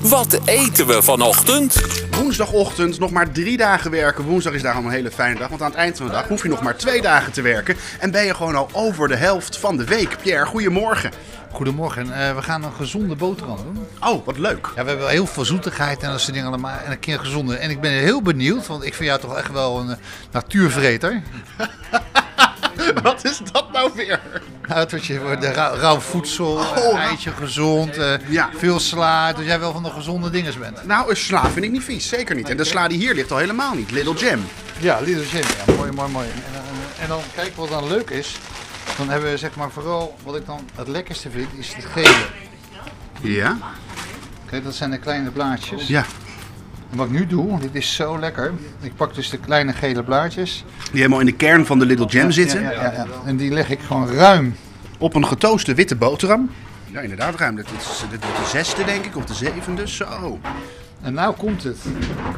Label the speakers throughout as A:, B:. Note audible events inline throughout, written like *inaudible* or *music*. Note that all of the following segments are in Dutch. A: Wat eten we vanochtend?
B: Woensdagochtend nog maar drie dagen werken. Woensdag is daarom een hele fijne dag, want aan het eind van de dag hoef je nog maar twee dagen te werken. En ben je gewoon al over de helft van de week. Pierre, goedemorgen.
C: Goedemorgen, eh, we gaan een gezonde boterham doen.
B: Oh, wat leuk. *laughs*
C: Ja, we hebben heel veel zoetigheid en dat soort dingen allemaal. En een keer gezonde. En ik ben heel benieuwd, want ik vind jou toch echt wel een eh, natuurvreter.
B: Wat is dat nou weer?
C: Nou, tot je wordt, eh, rauw, rauw voedsel, eh,
B: Oh,
C: eitje gezond, eh,
B: Ja.
C: veel sla. Dus jij wel van de gezonde dinges bent.
B: Nou, een sla vind ik niet vies, zeker niet. En de sla die hier ligt al helemaal niet. Little Jam.
C: Ja, Lidl Jim. Ja, mooi, mooi, mooi. En, dan- en dan, kijk wat dan leuk is. Dan hebben we zeg maar vooral, wat ik dan het lekkerste vind, is het gele.
B: Ja?
C: Kijk, dat zijn de kleine blaadjes.
B: Ja.
C: En wat ik nu doe, dit is zo lekker. Ik pak dus de kleine gele blaadjes.
B: Die helemaal in de kern van de Little Jam zitten.
C: Ja, ja, ja, ja. En die leg ik gewoon ruim.
B: Op een getooste witte boterham. Ja, inderdaad, ruim. Dit, is, dit wordt de zesde, denk ik, of de zevende. Zo.
C: En nou komt het.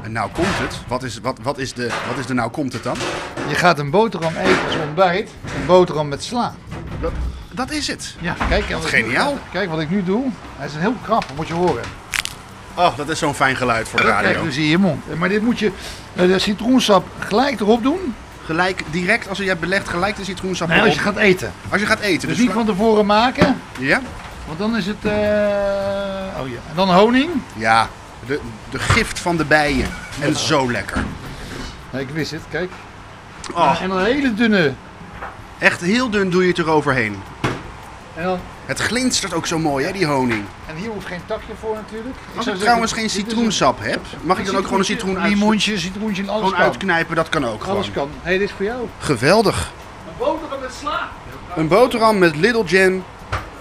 B: En nou komt het. Wat is, wat, wat is, de, wat is de nou komt het dan?
C: Je gaat een boterham eten als ontbijt. Een boterham met sla.
B: Dat, dat is het.
C: Ja, kijk, wat ik nu-
B: geniaal.
C: kijk wat ik nu doe. Hij is een heel krap, dat moet je horen.
B: Oh, dat is zo'n fijn geluid voor de
C: Kijk,
B: radio.
C: nu zie je je mond. Maar dit moet je, eh, de citroensap gelijk erop doen.
B: Gelijk, direct als je hebt belegd, gelijk de citroensap
C: Nee,
B: erop.
C: Nou, als je gaat eten.
B: Als je gaat eten.
C: Dus
B: Dus
C: niet van tevoren maken.
B: Ja?
C: Want dan is het... eh, Oh ja. En dan honing.
B: Ja. De, de gift van de bijen. En zo lekker.
C: Nee, ik wist het, kijk.
B: Oh,
C: En dan hele dunne.
B: echt heel dun doe je het eroverheen.
C: En, dan,
B: Het glinstert ook zo mooi, hè, die honing.
C: en hier hoeft geen takje voor natuurlijk. zou
B: Als ik
C: zeggen,
B: trouwens geen
C: dit is een-
B: citroensap heb, mag ik dan ook gewoon een citroen uit,
C: Limoentje, citroentje, en alles
B: gewoon
C: kan.
B: uitknijpen? Dat kan ook gewoon.
C: Alles kan. Hé, hey, dit is voor jou.
B: Geweldig.
C: Een boterham met sla.
B: Een boterham met Little Jam,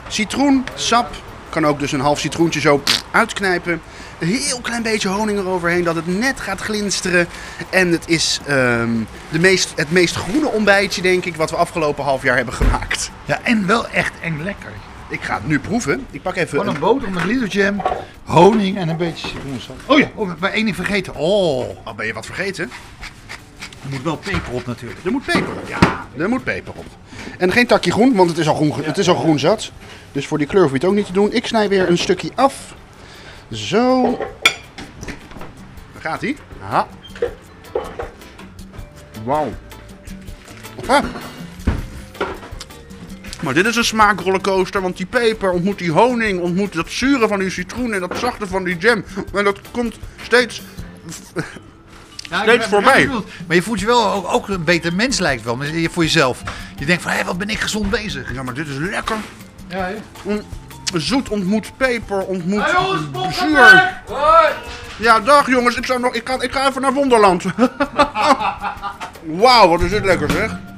B: citroensap. Kan ook dus een half citroentje zo uitknijpen. Een heel klein beetje honing eroverheen, dat het net gaat glinsteren. En het is ehm, de meest, het meest groene ontbijtje, denk ik, wat we afgelopen half jaar hebben gemaakt.
C: Ja, en wel echt eng lekker.
B: Ik ga het nu proeven. Ik pak even
C: Gewoon
B: een
C: een boterham met Lidl jam, honing en een beetje citroensap. Oh ja, oh, ik ben één ding vergeten. Oh,
B: Oh, ben je wat vergeten?
C: er moet wel peper op natuurlijk.
B: Er moet peper op. Ja, er moet peper op. En geen takje groen, want het is al groen, ge- het is al groen zat. Dus voor die kleur hoef je het ook niet te doen. Ik snij weer een stukje af. Zo. Daar gaat hij. Aha. Wauw. Ah. Maar dit is een smaakrollercoaster, want die peper ontmoet die honing, ontmoet dat zure van die citroen en dat zachte van die jam. En dat komt steeds
C: Ja, ik
B: Steeds
C: begrijp
B: voor
C: wat je
B: mij.
C: bedoelt. Maar je voelt je wel ook, ook een beter mens lijkt wel, maar je- voor jezelf. Je denkt van, hé, wat ben ik gezond bezig.
B: Ja, maar dit is lekker.
C: Ja,
B: Mm, Zoet ontmoet peper, ontmoet
D: Hey, jongens, Bob gaat
B: zuur.
D: weg! Hoi!
B: Ja, dag *laughs* jongens, ik, zou nog, ik, ga, ik ga even naar Wonderland. Wauw, wat is dit lekker zeg.